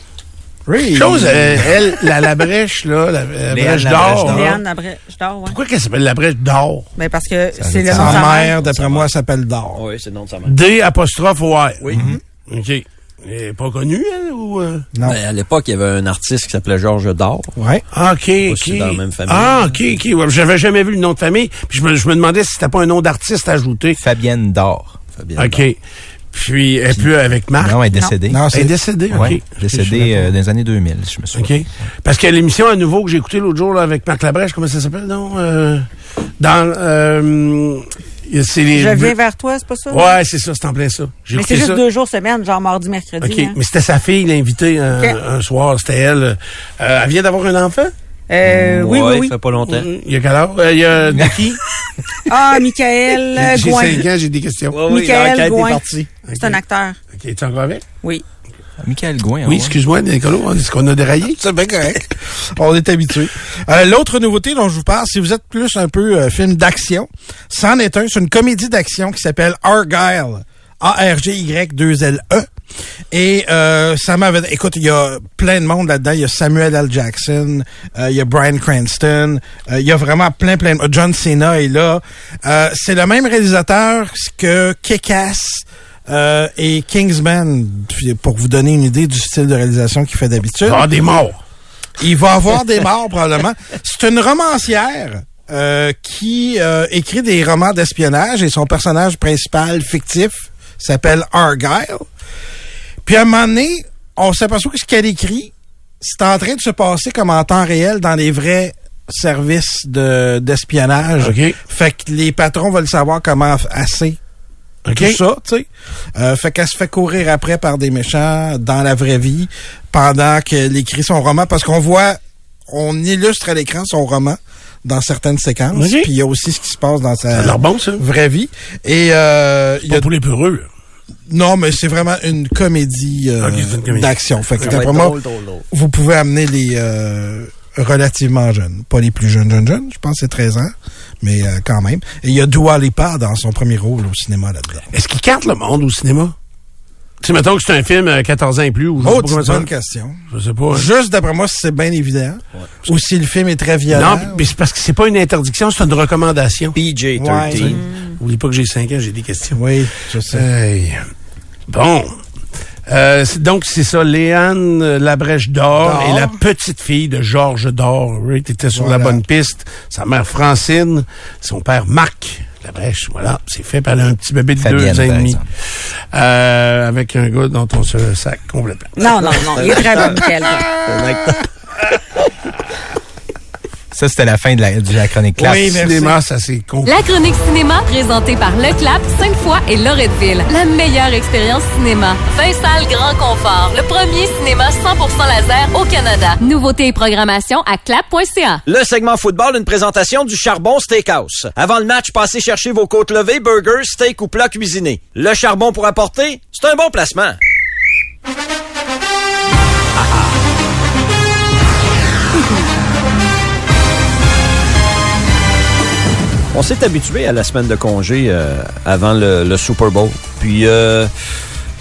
Oui.
Chose, euh, elle, la, la brèche, là, la, la
Léane
brèche
la brèche
d'or.
d'or.
là.
Léane, après, je dors, ouais.
Pourquoi qu'elle s'appelle la brèche d'or?
Ben, parce que c'est le nom de
Sa mère, d'après moi, s'appelle Dor.
Oui, Ah c'est le nom de sa mère.
D apostrophe OR. Oui. OK. Elle est pas connue, elle, ou... euh?
Non.
Ben, à l'époque, il y avait un artiste qui s'appelait Georges Dor.
Ouais.
Ah, OK,
si
OK.
dans la même famille.
Ah, OK, OK. Ouais, J'avais jamais vu le nom de famille. Puis je me, je me demandais si c'était pas un nom d'artiste ajouté.
Fabienne Dor.
Fabienne Dor.
OK. Puis, et puis avec
Ah,
Marc.
Non, elle est décédée.
Non,
Elle
c'est
est décédée, OK.
Ouais,
Je
décédée
suis
euh, dans les années 2000, si je me souviens.
OK. Parce que l'émission à nouveau que j'ai écoutée l'autre jour là, avec Marc Labrèche, comment ça s'appelle, non? Euh, dans... Euh, c'est les...
Je viens vers toi, c'est pas ça?
Ouais, c'est ça, c'est en plein ça. J'ai
Mais
écouté
c'est juste
ça.
deux jours semaine, genre mardi, mercredi.
OK,
hein.
mais c'était sa fille l'invitée un,
OK.
un soir, c'était elle. Euh, elle vient d'avoir un enfant?
Euh, oui,
Ouais,
oui,
Ça
oui.
fait pas longtemps.
Il y a quel âge? Euh, Il y a de qui?
Ah, Michael euh,
J'ai
Gouin.
5 ans, j'ai des questions.
Ouais, oui,
Michael
l'enquête est
Gouin.
partie.
C'est un acteur.
OK, tu es encore avec?
Oui.
Michael Gouin.
Oui,
ouais.
excuse-moi, Nicolas, est-ce qu'on a déraillé?
C'est bien correct. On est habitué. Euh, L'autre nouveauté dont je vous parle, si vous êtes plus un peu euh, film d'action, c'en est un, c'est une comédie d'action qui s'appelle Argyle. A-R-G-Y-2-L-E. E. Et euh, ça m'avait... Écoute, il y a plein de monde là-dedans. Il y a Samuel L. Jackson, euh, il y a Brian Cranston, euh, il y a vraiment plein, plein... de- John Cena est là. Euh, c'est le même réalisateur que Kekas euh, et Kingsman, Puis, pour vous donner une idée du style de réalisation qu'il fait d'habitude.
Ah, des morts.
Il va avoir des morts probablement. C'est une romancière euh, qui euh, écrit des romans d'espionnage et son personnage principal fictif s'appelle Argyle. Puis à un moment donné, on s'aperçoit que ce qu'elle écrit, c'est en train de se passer comme en temps réel dans les vrais services de d'espionnage.
OK.
Fait que les patrons veulent savoir comment f- assez
OK.
tout ça, tu sais. Euh, fait qu'elle se fait courir après par des méchants dans la vraie vie pendant qu'elle écrit son roman parce qu'on voit, on illustre à l'écran son roman dans certaines séquences.
Ok.
Puis il y a aussi ce qui se passe dans
Ça a
sa
l'air bon, ça.
vraie vie. Et euh, il y
Pas
a,
pour les peureux.
non, mais c'est vraiment une comédie, euh,
Ok, c'est une comédie.
d'action. Fait que
Ça va
d'après
être
moi,
drôle, drôle, drôle.
vous pouvez amener les euh, relativement jeunes. Pas les plus jeunes, jeunes, jeunes. Je pense que c'est 13 ans, mais euh, quand même. Et il y a Dua Lipa dans son premier rôle au cinéma là-dedans.
Est-ce qu'ils cartent le monde au cinéma? Tu sais, mettons que c'est un film euh, 14 ans et plus, ou je sais
Oh,
pas
c'est
comment
une
ça.
bonne question.
Je sais pas.
Juste d'après moi, c'est bien évident. Ou si le film est très violent.
Non, puis- puis c'est parce que c'est pas une interdiction, c'est une recommandation.
PJ-13.
Ouais.
Oublie pas que j'ai 5 ans, j'ai des questions.
oui, je sais.
Hey. Bon. Euh, c'est- donc, c'est ça, Léane euh, Labrèche d'Or
D'Or.
et la petite fille de Georges d'Or. Oui, t'étais sur la
Voilà.
bonne piste. Sa mère Francine, son père Marc Labrèche. Voilà, c'est fait par un petit bébé de
Fabienne,
deux ans et
par
demi.
exemple.
Euh, avec un gars dont on se sac complètement.
Non, non, non. Il est très bon, Michael.
Ça, c'était la fin de la, de la chronique classe.
oui, cinéma, ça c'est con.
La chronique cinéma présentée par Le Clap, Sainte-Foy et Loretteville. La meilleure expérience cinéma. 20 salles grand confort. Le premier cinéma 100% laser au Canada. Nouveautés et programmation à clap.ca.
Le segment football, une présentation du Charbon Steakhouse. Avant le match, passez chercher vos côtes levées, burgers, steak ou plats cuisinés. Le charbon pour apporter, c'est un bon placement. On s'est habitué à la semaine de congé euh, avant le, le Super Bowl. Puis euh,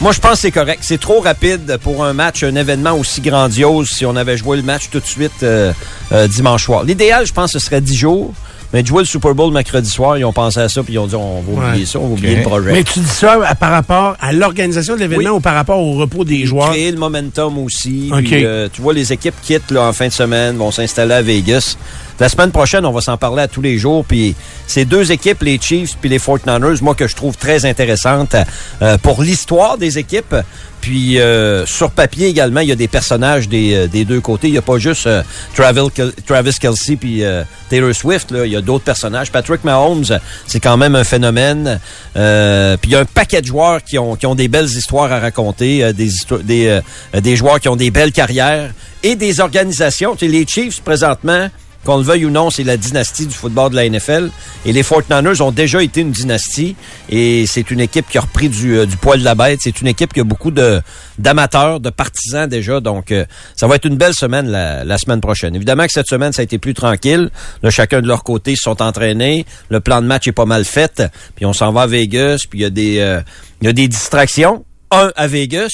moi, je pense que c'est correct. C'est trop rapide pour un match, un événement aussi grandiose si on avait joué le match tout de suite euh, euh, dimanche soir. L'idéal, je pense, ce serait 10 jours. Mais de jouer le Super Bowl mercredi soir, ils ont pensé à ça, puis ils ont dit on va oublier
Ouais.
ça, on va oublier le projet.
Mais tu dis ça à- par rapport à l'organisation de l'événement
Oui.
ou par rapport au repos des joueurs?
Créer le momentum aussi.
OK.
Puis, euh, tu vois, les équipes quittent là, en fin de semaine, vont s'installer à Vegas. La semaine prochaine, on va s'en parler à tous les jours. Puis ces deux équipes, les Chiefs puis les 49ers, moi que je trouve très intéressantes euh, pour l'histoire des équipes. Puis euh, sur papier également, il y a des personnages des, euh, des deux côtés. Il n'y a pas juste euh, Travis, Kel- Travis Kelsey puis euh, Taylor Swift. là. Il y a d'autres personnages. Patrick Mahomes, c'est quand même un phénomène. Euh, puis il y a un paquet de joueurs qui ont, qui ont des belles histoires à raconter, euh, des, histo- des, euh, des joueurs qui ont des belles carrières et des organisations. Tu sais, les Chiefs, présentement, qu'on le veuille ou non, c'est la dynastie du football de la NFL. Et les 49ers ont déjà été une dynastie. Et c'est une équipe qui a repris du, euh, du poil de la bête. C'est une équipe qui a beaucoup de d'amateurs, de partisans déjà. Donc, euh, ça va être une belle semaine la, la semaine prochaine. Évidemment que cette semaine, ça a été plus tranquille. Là, chacun de leur côté ils se sont entraînés. Le plan de match est pas mal fait. Puis on s'en va à Vegas. Puis il y a des, euh, il y a des distractions. Un à Vegas,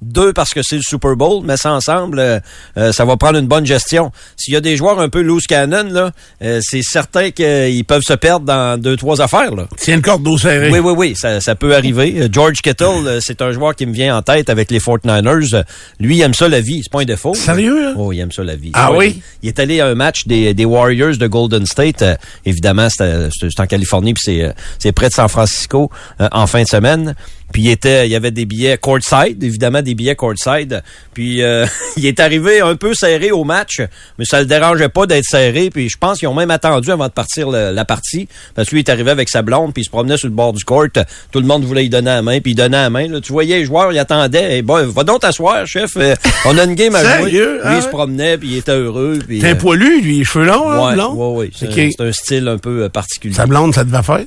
Deux, parce que c'est le Super Bowl, mais ça ensemble, euh, euh, ça va prendre une bonne gestion. S'il y a des joueurs un peu loose cannon, là, euh, c'est certain qu'ils peuvent se perdre dans deux, trois affaires. Là.
C'est une corde d'eau serrée.
Oui, oui, oui, ça, ça peut arriver. Euh, George Kittle, euh, c'est un joueur qui me vient en tête avec les 49ers. Euh, Lui, il aime ça la vie, c'est pas un défaut. Sérieux? Oh, il aime ça la vie.
Ah
Ouais,
oui?
il- Il est allé à un match des, des Warriors de Golden State. Euh, évidemment, c'est à- c'est c'est en Californie, puis c'est, euh, c'est près de San Francisco euh, en fin de semaine. Puis il était, il y avait des billets courtside, évidemment des billets courtside. Puis euh, il est arrivé un peu serré au match, mais ça le dérangeait pas d'être serré. Puis je pense qu'ils ont même attendu avant de partir le- la partie, parce que lui il est arrivé avec sa blonde, puis il se promenait sur le bord du court. Tout le monde voulait y donner la main, puis il donnait la main. Là, tu voyais les joueurs, ils attendaient. Eh, ben, va donc t'asseoir, chef. Euh, On a une game à jouer.
Sérieux?
Lui,
Ah
il se
ouais?
promenait, puis il était heureux. Puis,
T'es un
euh,
poilu, lui, les cheveux longs, hein,
ouais,
blonds?
ouais, ouais. C'est
Ok.
un- c'est un style un peu euh, particulier.
Sa blonde, ça devait faire?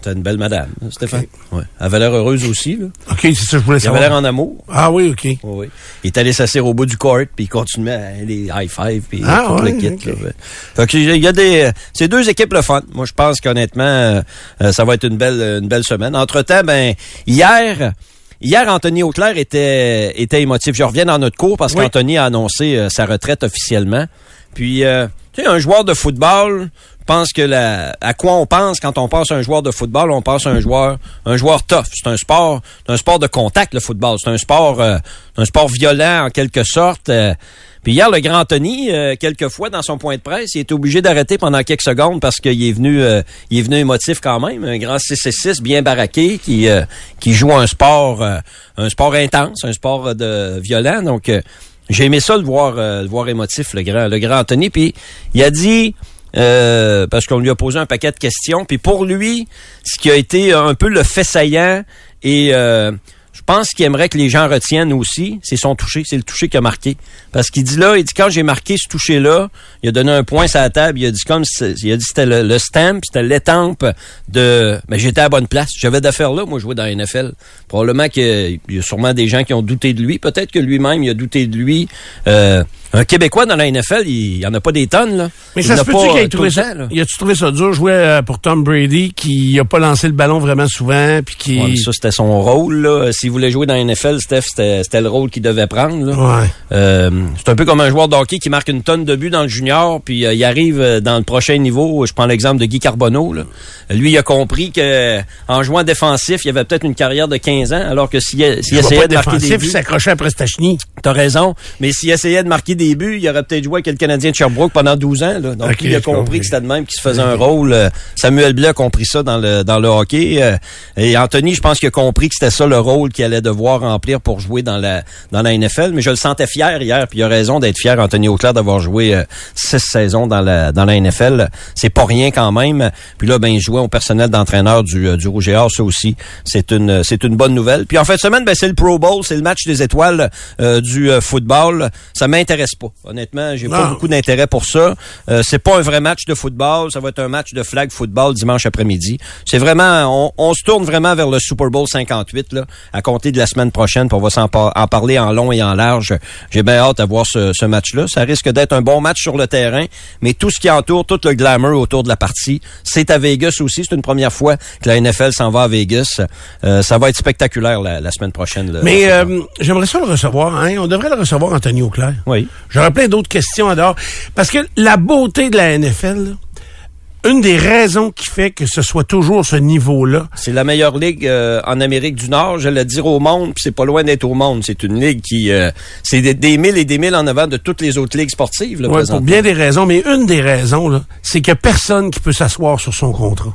T'as une belle madame, hein, Stéphane. Ouais. Elle avait l'air heureuse aussi. Là.
OK, c'est ça, que je voulais
Il avait
savoir.
l'air en amour.
Ah oui, OK.
Oui. Il est allé s'asseoir au bout du court, puis il continuait à les high five, puis
Ah,
tout
ouais,
le kit. là. ben. Fait que il y a des, ces deux équipes le fun. Moi, je pense qu'honnêtement, euh, euh, ça va être une belle, une belle semaine. Entre temps, ben hier. Hier, Anthony Auclair était, était émotif. Je reviens dans notre cours parce qu'Anthony a annoncé euh, sa retraite officiellement. Puis, euh, tu sais, un joueur de football, je pense que la, à quoi on pense quand on pense à un joueur de football, on pense à un joueur, un joueur tough. C'est un sport, c'est un sport de contact, le football. C'est un sport, euh, un sport violent en quelque sorte. euh. puis hier, le grand Anthony, euh, quelquefois dans son point de presse, il était obligé d'arrêter pendant quelques secondes parce qu'il est venu, euh, il est venu émotif quand même. Un grand 6 et 6 bien baraqué qui, euh, qui joue un sport, euh, un sport intense, un sport euh, de violent. Donc euh, j'ai aimé ça le voir, euh, le voir émotif, le grand, le grand Anthony. Puis il a dit, euh, parce qu'on lui a posé un paquet de questions, puis pour lui, ce qui a été un peu le fait saillant et euh, je pense qu'il aimerait que les gens retiennent aussi, c'est son toucher, c'est le toucher qui a marqué. Parce qu'il dit là, il dit quand j'ai marqué ce toucher-là, il a donné un point sur la table, il a dit comme si- il a dit c'était le, le stamp, c'était l'étampe de mais j'étais à la bonne place. J'avais d'affaires là, moi jouer dans la NFL. Probablement qu'il y a sûrement des gens qui ont douté de lui. Peut-être que lui-même il a douté de lui. Euh, un Québécois dans la NFL, il n'y en a pas des tonnes, là.
Mais
Il
ça
en
se
a pas,
peut-tu qu'il
euh,
ait
tout
trouvé
le
ça?
temps, là.
Y a-tu trouvé ça dur jouer euh, pour Tom Brady qui a pas lancé le ballon vraiment souvent puis qui.
Ouais, mais ça, c'était son rôle. Là. S'il voulait jouer dans la NFL, Steph, c'était, c'était le rôle qu'il devait prendre. là. Euh, c'est un peu comme un joueur de hockey qui marque une tonne de buts dans le junior, puis euh, il arrive euh, dans le prochain niveau. Je prends l'exemple de Guy Carbonneau. là. Lui, il a compris que en jouant défensif, il avait peut-être une carrière de 15 ans, alors que s'il, s'il
il
essayait
pas
de marquer des
défensif, il
buts...
s'accrochait après Stachny.
T'as raison, mais s'il essayait de marquer des buts, il aurait peut-être joué avec le Canadien de Sherbrooke pendant 12 ans. là. Donc,
Ok,
il a
je
compris
comprends.
que c'était de même qu'il se faisait un rôle. Euh, Samuel Blais a compris ça dans le, dans le hockey. euh, Et Anthony, je pense qu'il a compris que c'était ça le rôle qu'il allait devoir remplir pour jouer dans la, dans la NFL. Mais je le sentais fier hier, puis il a raison d'être fier, Anthony Auclair, d'avoir joué euh, six saisons dans la, dans la NFL. C'est pas rien quand même. Puis là, ben, il jouait au personnel d'entraîneur du, euh, du Rouge et Or, ça aussi. C'est une, euh, c'est une bonne nouvelle. Puis en fin de semaine, ben, c'est le Pro Bowl, c'est le match des étoiles euh, du euh, football. Ça m'intéresse pas. Honnêtement, j'ai pas
Non.
beaucoup d'intérêt pour ça. Euh, c'est pas un vrai match de football. Ça va être un match de flag football dimanche après-midi. C'est vraiment, on, on se tourne vraiment vers le Super Bowl 58 là, à compter de la semaine prochaine. Puis on va s'en par- en parler en long et en large. J'ai bien hâte à voir ce, ce match-là. Ça risque d'être un bon match sur le terrain, mais tout ce qui entoure, tout le glamour autour de la partie, c'est à Vegas aussi. C'est une première fois que la NFL s'en va à Vegas. Euh, ça va être spectaculaire la, la semaine prochaine. là.
Mais euh, j'aimerais ça le recevoir. Hein? On devrait le recevoir, Anthony Auclair.
Oui.
J'aurais plein d'autres questions à dehors. Parce que la beauté de la NFL, là, une des raisons qui fait que ce soit toujours ce niveau-là,
C'est la meilleure ligue euh, en Amérique du Nord, je le dire au monde, puis c'est pas loin d'être au monde. C'est une ligue qui euh, c'est des, des mille et des mille en avant de toutes les autres ligues sportives là,
ouais, pour
présentement.
bien des raisons, mais une des raisons, là, c'est qu'il n'y a personne qui peut s'asseoir sur son contrat.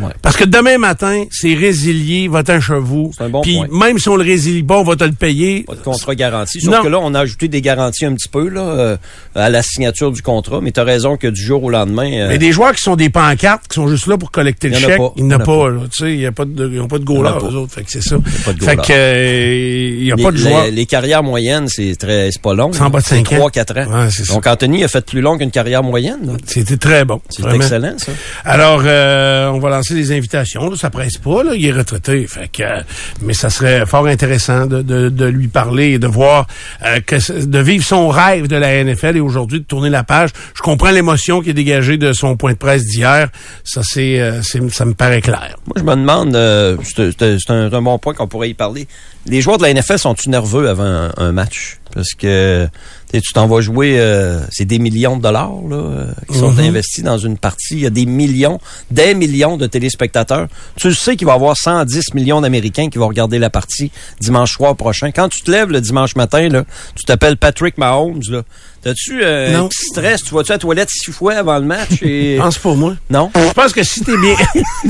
Ouais.
Parce que demain matin, c'est résilié, va-t'en chez vous. Puis même si on le résilie pas, on va te le payer.
Pas de contrat garanti. Sauf
Non.
que là, on a ajouté des garanties un petit peu là, euh, à la signature du contrat, mais tu as raison que du jour au lendemain. euh,
Mais des joueurs qui sont des pancartes, qui sont juste là pour collecter le
Il y en a
chèque,
pas.
il n'y en a
Il y en
pas. là. Tu sais, il y a pas de- Ils n'ont pas de
Il y en
goalers,
a pas.
eux autres. Fait que c'est ça.
pas de
Fait
goalers.
que, euh, il n'y a
les,
pas de
les-
joueurs.
Les, carrières moyennes, c'est très c'est pas long.
C'est en bas de cinq ans.
3 4 ans.
Ouais, c'est ça.
Donc Anthony a fait plus long qu'une carrière moyenne. là.
C'était très bon.
C'est
vraiment.
excellent ça.
Alors, euh, on va lancer passer les invitations, là, ça presse pas, là, il est retraité. Fait que, euh, mais ça serait fort intéressant de, de- de lui parler et de voir, euh, que, c- de vivre son rêve de la NFL et aujourd'hui de tourner la page. Je comprends l'émotion qui est dégagée de son point de presse d'hier. Ça, c'est, euh, c'est- ça me paraît clair.
Moi, je me demande, euh, c'est c'est- c'est un, un bon point qu'on pourrait y parler. Les joueurs de la NFL sont-ils nerveux avant un, un match? Parce que tu sais, tu t'en vas jouer, euh, c'est des millions de dollars là, euh, qui sont
Mhm.
investis dans une partie. Il y a des millions, des millions de téléspectateurs. Tu le sais qu'il va y avoir 110 millions d'Américains qui vont regarder la partie dimanche soir prochain. Quand tu te lèves le dimanche matin, là, tu t'appelles Patrick Mahomes. Là. T'as-tu euh, un
Non.
petit stress? Tu vas-tu à la toilette six fois avant le match? Et...
Pense pour moi.
Non?
Je pense que si t'es bien,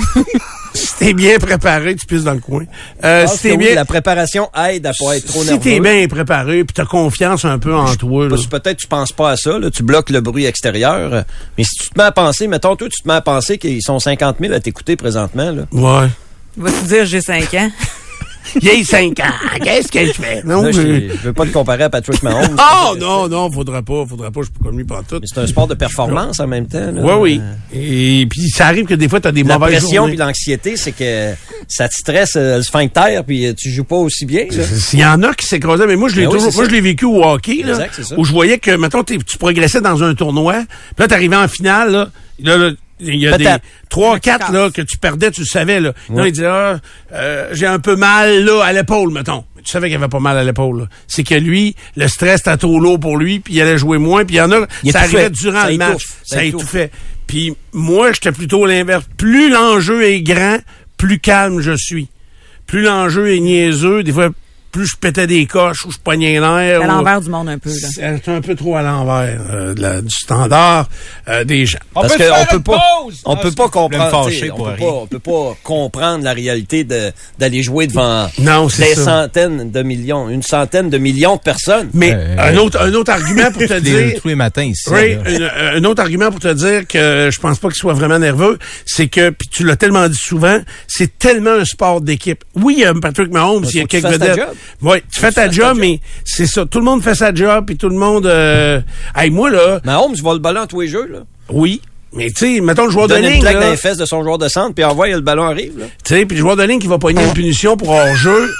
si t'es bien préparé, tu pisses dans le coin. Euh,
Je pense
si t'es
que oui,
bien,
la préparation aide à pas être trop
si
nerveux.
t'es bien préparé, puis t'as confiance un peu en toi, là.
Parce que Peut-être tu penses pas à ça, là, tu bloques le bruit extérieur. euh, Mais si tu te mets à penser, mettons toi, tu te mets à penser qu'ils sont 50 000 à t'écouter présentement. Là.
Ouais.
Vas-tu dire j'ai 5 ans?
J'ai 5 ans. Qu'est-ce que je fais? Non,
Là, je,
mais-
je veux pas te comparer à Patrick Mahomes.
Oh non, non, faudra pas, faudra pas, je suis pas comme lui pantoute.
C'est un sport de performance en même temps. là. Euh,
Oui, oui. Et puis ça arrive que des fois, t'as des
La
mauvaises
pression
journées.
puis l'anxiété, c'est que ça te stresse euh, le sphincter puis euh, tu joues pas aussi bien. là.
Il y en a qui s'écrasaient, mais moi, je l'ai
Ben oui,
toujours,
c'est
moi,
ça.
je l'ai vécu au hockey, là,
Exact, c'est ça.
où je voyais que, mettons, t'es- tu progressais dans un tournoi, puis là, t'arrivais en finale, là, là, là, il y a des
Peut-être.
3 quatre là que tu perdais, tu le savais là. Non,
Ouais.
il disait ah, euh, j'ai un peu mal là à l'épaule mettons. Mais tu savais qu'il avait pas mal à l'épaule. là. C'est que lui, le stress était trop lourd pour lui, puis il allait jouer moins, puis il y en a
Il
ça
étouffait.
arrivait durant
Ça
le match,
étouffe. Ça
ça
étouffe.
étouffait. Puis moi, j'étais plutôt l'inverse. Plus l'enjeu est grand, plus calme je suis. Plus l'enjeu est niaiseux, des fois plus je pétais des coches ou je pognais l'air.
À l'envers du monde un peu, là.
C'est un peu trop à l'envers euh, de la- du standard euh, des gens.
Parce
peut faire
qu'on peut
une
pas,
pause!
on
Ah,
peut pas
excuse- je voulais me
comprendre,
fâcher
t'sais, on
pour
peut
rien.
pas, on peut pas comprendre la réalité de- d'aller jouer devant
Non, c'est
des
ça.
centaines de millions, une centaine de millions de personnes.
Mais un autre un autre argument pour te
Les-
dire
tous les matins ici.
Ray,
là.
une- euh, un autre argument pour te dire que je pense pas qu'il soit vraiment nerveux, c'est que puis tu l'as tellement dit souvent, c'est tellement un sport d'équipe. Oui, il y a Patrick Mahomes,
Faut
il y a
que tu
quelques
fasses ta
vedettes.
job.
Ouais, tu fais ta job, mais c'est ça, tout le monde fait sa job puis tout le monde euh, hey, moi là,
Mahomes va le ballon à tous les jeux, là.
oui, mais tu sais, mettons le joueur de
Donne une
ligne
claque dans
là,
les fesses de son joueur de centre, puis envoie, le ballon arrive, là.
tu sais, puis le joueur de ligne qui va pogner une punition pour hors jeu.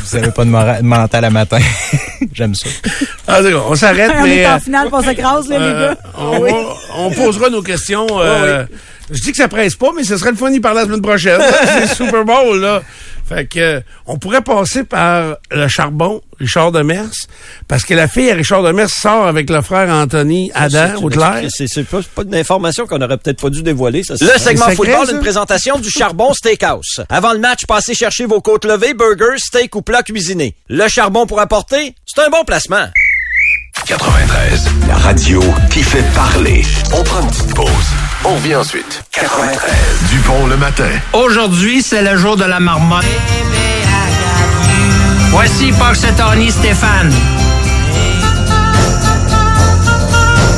Vous avez pas de mora- de mental à matin. J'aime ça.
Ah, d'accord, on s'arrête
on
mais
est
euh,
en finale, on s'écrase, là, les
Euh,
gars.
on, va- on posera nos questions. euh, Je dis que ça presse pas, mais ce serait le fun d'y parler la semaine prochaine. hein, C'est Super Bowl, là. Fait que, euh, on pourrait passer par le charbon, Richard Demers, parce que la fille à Richard Demers sort avec le frère Anthony
Ah, C'est
Adam
une
Hautelaire.
excuse- C'est c'est pas, pas une information qu'on aurait peut-être pas dû dévoiler. Ça,
Le
le segment
secret,
football,
ça?
une présentation du Charbon Steakhouse. Avant le match, passez chercher vos côtes levées, burgers, steak ou plats cuisinés. Le Charbon pour apporter, c'est un bon placement.
93, la radio qui fait parler. On prend une petite pause. On revient ensuite. 93. Dupont le matin.
Aujourd'hui, c'est le jour de la marmotte. Voici Tony Stéphane.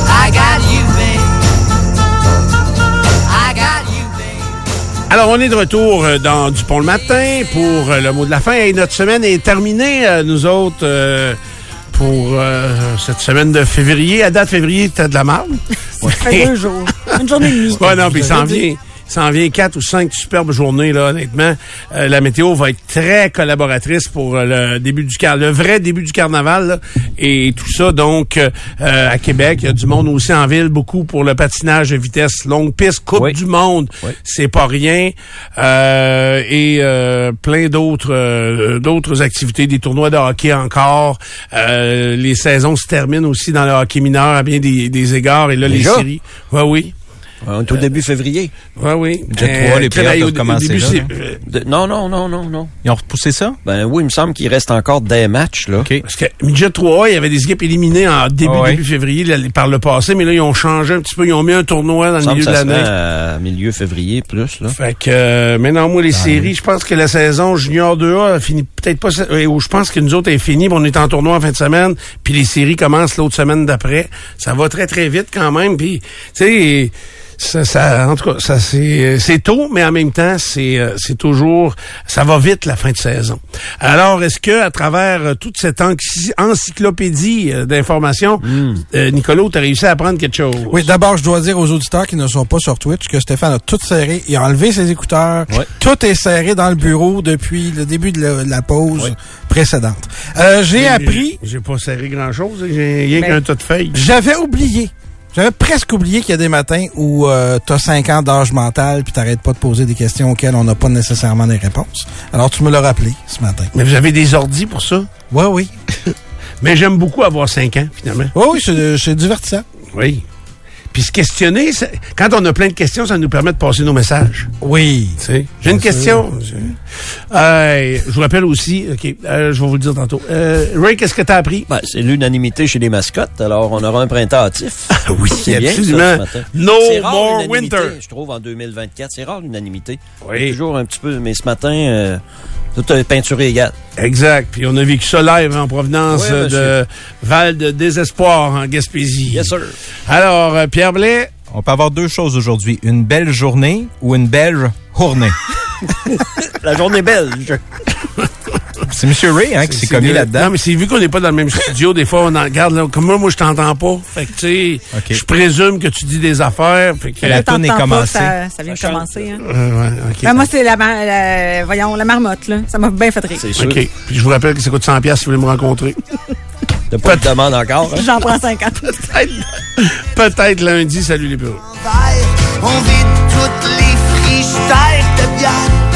I got you, babe. I got you.
Alors, on est de retour euh, dans Dupont le matin pour euh, le mot de la fin. Et notre semaine est terminée, euh, nous autres, euh, pour euh, cette semaine de février. À date février, t'as de la marde.
Ça fait deux jours. Une journée et demie.
Ouais, non, puis il s'en vient. il s'en vient quatre ou cinq superbes journées, là, honnêtement. Euh, la météo va être très collaboratrice pour euh, le début du car le vrai début du carnaval là, et tout ça. Donc, euh, euh, à Québec, il y a du monde aussi en ville, beaucoup pour le patinage de vitesse, longue piste, Coupe du monde, c'est pas rien. Euh, et euh, plein d'autres euh, d'autres activités, des tournois de hockey encore. Euh, les saisons se terminent aussi dans le hockey mineur à bien des, des égards. Et là,
Déjà?
les séries. Ouais, oui.
On est au début février.
Oui, oui.
Déjà trois, les playoffs
Canaille, au-
doivent
au
commencer
début,
là,
c'est-
non?
euh,
De- non, non, non, non, non.
Ils ont repoussé ça?
Ben oui, il me semble qu'il reste encore des matchs, là.
Parce que Midget 3, il y avait des équipes éliminées en début,
Ah ouais.
début février là, par le passé, mais là, ils ont changé un petit peu. Ils ont mis un tournoi dans
Il me
le
semble
milieu
que
de
ça
l'année.
sera à milieu février,
Hein?
plus, là.
Fait que, euh, mais non,
Ah,
moi, les séries, je pense que la saison junior 2A a fini peut-être pas, euh, ou je pense que nous autres est finie, puis on est en tournoi en fin de semaine, puis les séries commencent l'autre semaine d'après. Ça va très, très vite quand même, puis, tu sais, ça, ça- en tout cas, ça c'est euh, c'est tôt, mais en même temps, c'est euh, c'est toujours ça va vite la fin de saison. Alors, est-ce que à travers euh, toute cette ency- encyclopédie euh, d'informations, euh, Nicolo, t'as réussi à apprendre quelque chose
Hmm. Oui, d'abord, je dois dire aux auditeurs qui ne sont pas sur Twitch que Stéphane a tout serré. Il a enlevé ses écouteurs. Tout est serré dans le bureau depuis le début de la, la pause précédente. Euh, J'ai appris Ben,
J'ai pas serré grand chose, j'ai rien
Mais-
qu'un tas de feuilles.
J'avais oublié. J'avais presque oublié qu'il y a des matins où euh, t'as 5 ans d'âge mental puis t'arrêtes pas de poser des questions auxquelles on n'a pas nécessairement des réponses. Alors tu me l'as rappelé ce matin.
Mais vous avez des ordis pour ça?
Oui, oui.
Mais j'aime beaucoup avoir 5 ans, finalement.
Oui, oui, c'est c'est divertissant.
Oui. Puis se questionner, ça- quand on a plein de questions, ça nous permet de passer nos messages.
Oui.
J'ai une question. Je- Euh, je vous rappelle aussi, OK, euh, je vais vous le dire tantôt. Euh, Ray, qu'est-ce que t'as appris?
Ben, c'est l'unanimité chez les mascottes, alors on aura un printemps hâtif.
Ah oui,
c'est bien, ça, ce
absolument.
matin.
No
C'est rare,
more
l'unanimité,
winter.
Je trouve en 2024, c'est rare l'unanimité. Il y a Toujours un petit peu, mais ce matin, euh, tout est peinturé égal.
Exact. Puis on a vécu ça live en provenance
Oui,
euh, de Val de Désespoir en Gaspésie. Yes,
sir.
Alors, euh, Pierre Blais,
On peut avoir deux choses aujourd'hui. Une belle journée ou une belle journée.
La journée belge.
C'est M. Ray hein, qui s'est commis
de-
là-dedans.
Non, mais c'est vu qu'on n'est pas dans le même studio, des fois, on en regarde. là, comme moi, moi, je t'entends pas. Fait que, tu sais, je présume que tu dis des affaires. Fait que,
Là, t'entends pas, Ça, ça vient de commencer. Hein.
Euh, ouais, ok.
Ben, moi, c'est la, mar- la- voyons, la marmotte. Là. Ça m'a bien fait rire.
OK. Puis je vous rappelle que ça coûte 100$ si vous voulez me rencontrer.
T'as pas de demande encore. hein.
J'en prends 50.
Peut-être lundi. Salut les bureaux.
On vit toutes les friches têtes de bière.